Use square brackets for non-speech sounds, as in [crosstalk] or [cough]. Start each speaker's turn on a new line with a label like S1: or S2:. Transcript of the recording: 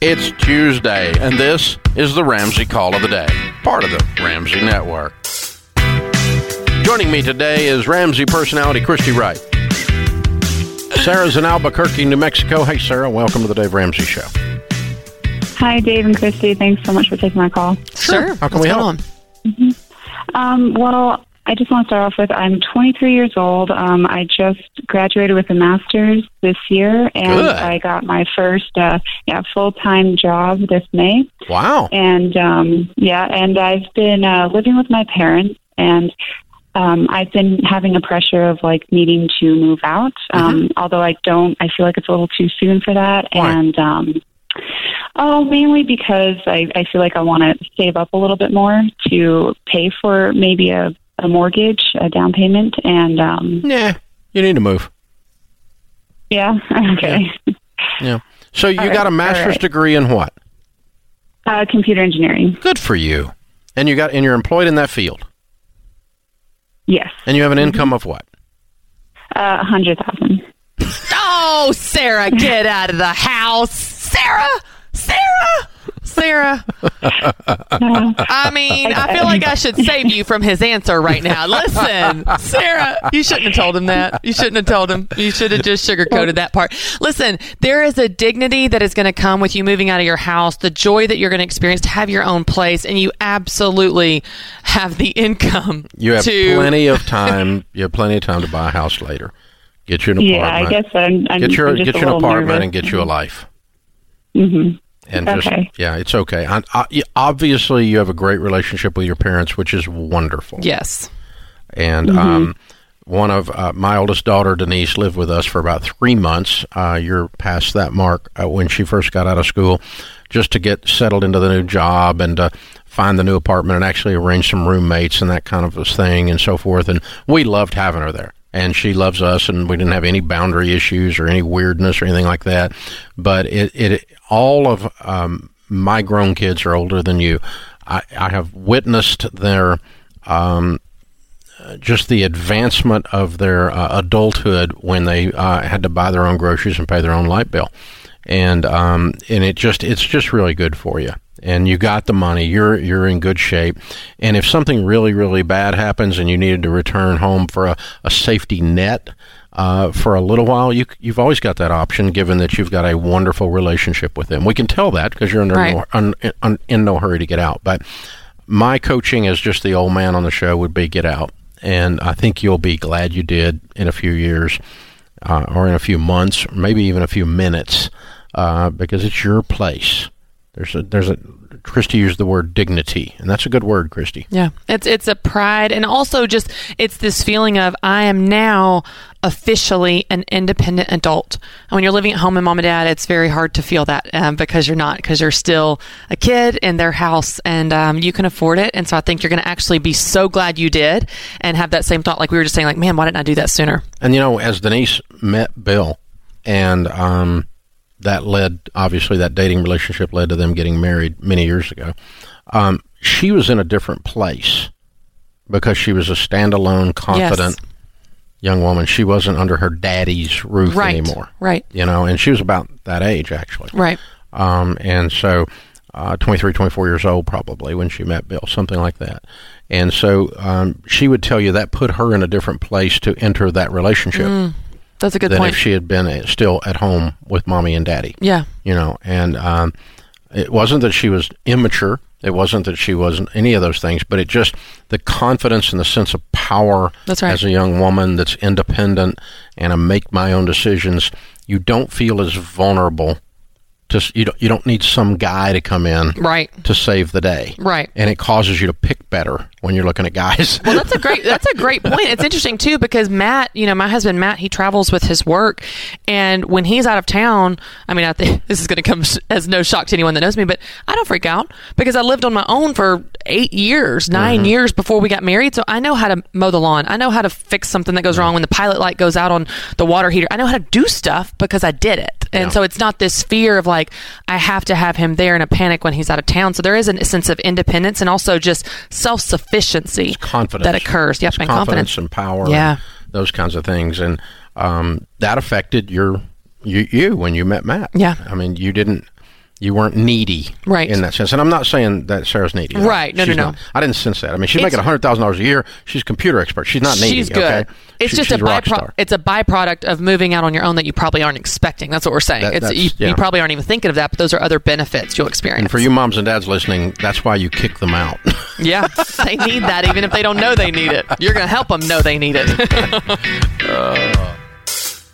S1: It's Tuesday, and this is the Ramsey Call of the Day, part of the Ramsey Network. Joining me today is Ramsey personality Christy Wright. Sarah's in Albuquerque, New Mexico. Hey, Sarah, welcome to the Dave Ramsey Show.
S2: Hi, Dave and Christy. Thanks so much for taking my call.
S3: Sure.
S1: How can
S3: What's
S1: we help?
S3: going on?
S2: Um, well, I just want to start off with I'm 23 years old. Um, I just graduated with a master's this year, and
S1: Good.
S2: I got my first uh, yeah full time job this May.
S1: Wow.
S2: And um, yeah, and I've been uh, living with my parents, and um, I've been having a pressure of like needing to move out.
S1: Mm-hmm.
S2: Um, Although I don't, I feel like it's a little too soon for that.
S1: Why?
S2: And um, oh, mainly because I, I feel like I want to save up a little bit more to pay for maybe a, a mortgage, a down payment, and um,
S1: Yeah, you need to move.
S2: yeah, [laughs] okay,
S1: Yeah. So you
S2: All right,
S1: got a
S2: all
S1: master's
S2: right.
S1: degree in what?
S2: uh, computer engineering.
S1: Good for you. And you got and you're employed in that field.
S2: Yes,
S1: And you have
S2: Mm-hmm.
S1: an income of what?
S2: uh, a hundred thousand.
S3: Oh, Sarah, get out of the house. Sarah, Sarah, Sarah. I mean, I feel like I should save you from his answer right now. Listen, Sarah, you shouldn't have told him that. You shouldn't have told him. You should have just sugarcoated that part. Listen, there is a dignity that is going to come with you moving out of your house, the joy that you're going to experience to have your own place, and you absolutely have the income
S1: You have
S3: to
S1: plenty of time. You have plenty of time to buy a house later. Get you an apartment.
S2: [laughs] [laughs] Yeah, I guess I'm. I'm
S1: get your
S2: I'm just
S1: get
S2: a
S1: you an
S2: little
S1: apartment
S2: nervous.
S1: and get you a life.
S2: hmm
S1: And
S2: Okay.
S1: just yeah, it's okay. I, I, y- obviously, you have a great relationship with your parents, which is wonderful.
S3: Yes.
S1: And um, one of uh, my oldest daughter, Denise, lived with us for about three months. Uh, you're past that mark uh, when she first got out of school, just to get settled into the new job and uh, find the new apartment and actually arrange some roommates and that kind of a thing and so forth. And we loved having her there. And she loves us, and we didn't have any boundary issues or any weirdness or anything like that. But it, it all of um, my grown kids are older than you. I, I have witnessed their um, just the advancement of their uh, adulthood when they uh, had to buy their own groceries and pay their own light bill, and um, and it just it's just really good for you. And you got the money. You're you're in good shape. And if something really really bad happens and you needed to return home for a, a safety net uh, for a little while, you c- you've always got that option. Given that you've got a wonderful relationship with them, we can tell that because you're under
S3: Right.
S1: no, un, un, in no hurry to get out. But my coaching as just the old man on the show would be get out and i think you'll be glad you did in a few years uh, or in a few months maybe even a few minutes uh, because it's your place there's a there's a christy used the word dignity and that's a good word christy
S3: Yeah. It's it's a pride and also just it's this feeling of I am now officially an independent adult. And when you're living at home with mom and dad, it's very hard to feel that um, because you're not because you're still a kid in their house and um, you can afford it. And so I think you're going to actually be so glad you did and have that same thought like we were just saying like, man, why didn't I do that sooner?
S1: And you know, as Denise met Bill, and um, that led obviously that dating relationship led to them getting married many years ago. Um, she was in a different place because she was a standalone, confident young woman. She wasn't under her daddy's roof
S3: Right.
S1: anymore,
S3: Right.
S1: you know, and she was about that age actually.
S3: Right.
S1: Um, and so uh, 23, 24 years old probably when she met Bill, something like that. And so um, she would tell you that put her in a different place to enter that relationship
S3: That's a Mm. good
S1: than
S3: point.
S1: if she had been uh, still at home with mommy and daddy.
S3: yeah.
S1: You know, and um, it wasn't that she was immature. It wasn't that she wasn't any of those things, but it just the confidence and the sense of power
S3: That's right.
S1: as a young woman that's independent and I make my own decisions. You don't feel as vulnerable. Just you don't you don't need some guy to come in
S3: Right.
S1: to save the day,
S3: Right.
S1: And it causes you to pick better when you're looking at guys.
S3: [laughs] Well, that's a great that's a great point. It's interesting too because Matt, you know, my husband Matt, he travels with his work, and when he's out of town, I mean, I think [laughs] this is going to come sh- as no shock to anyone that knows me, but I don't freak out because I lived on my own for eight years, 9 years before we got married, so I know how to mow the lawn. I know how to fix something that goes wrong when the pilot light goes out on the water heater. I know how to do stuff because I did it, and so it's not this fear of like I have to have him there in a panic when he's out of town. So there is a sense of independence and also just self sufficiency
S1: confidence
S3: that occurs. Yep,
S1: It's
S3: and
S1: confidence,
S3: confidence.
S1: and power.
S3: Yeah.
S1: and those kinds of things, and um, that affected your you, you when you met Matt.
S3: Yeah.
S1: I mean, you didn't You weren't needy,
S3: Right.
S1: In that sense, and I'm not saying that Sarah's needy,
S3: Right. No, no,
S1: She's
S3: no.
S1: not. I didn't sense that. I mean, she's
S3: It's-
S1: making hundred thousand dollars a year. She's a computer expert. She's not needy.
S3: She's good.
S1: Okay?
S3: It's
S1: She-
S3: just
S1: she's
S3: a
S1: rock
S3: byproduct.
S1: star.
S3: It's a byproduct of moving out on your own that you probably aren't expecting. That's what we're saying.
S1: That-
S3: it's
S1: that's-
S3: you,
S1: yeah.
S3: you probably aren't even thinking of that, but those are other benefits you'll experience.
S1: And for you moms and dads listening, that's why you kick them out. [laughs]
S3: yeah, [laughs] they need that even if they don't know they need it. You're going to help them know they need it. [laughs]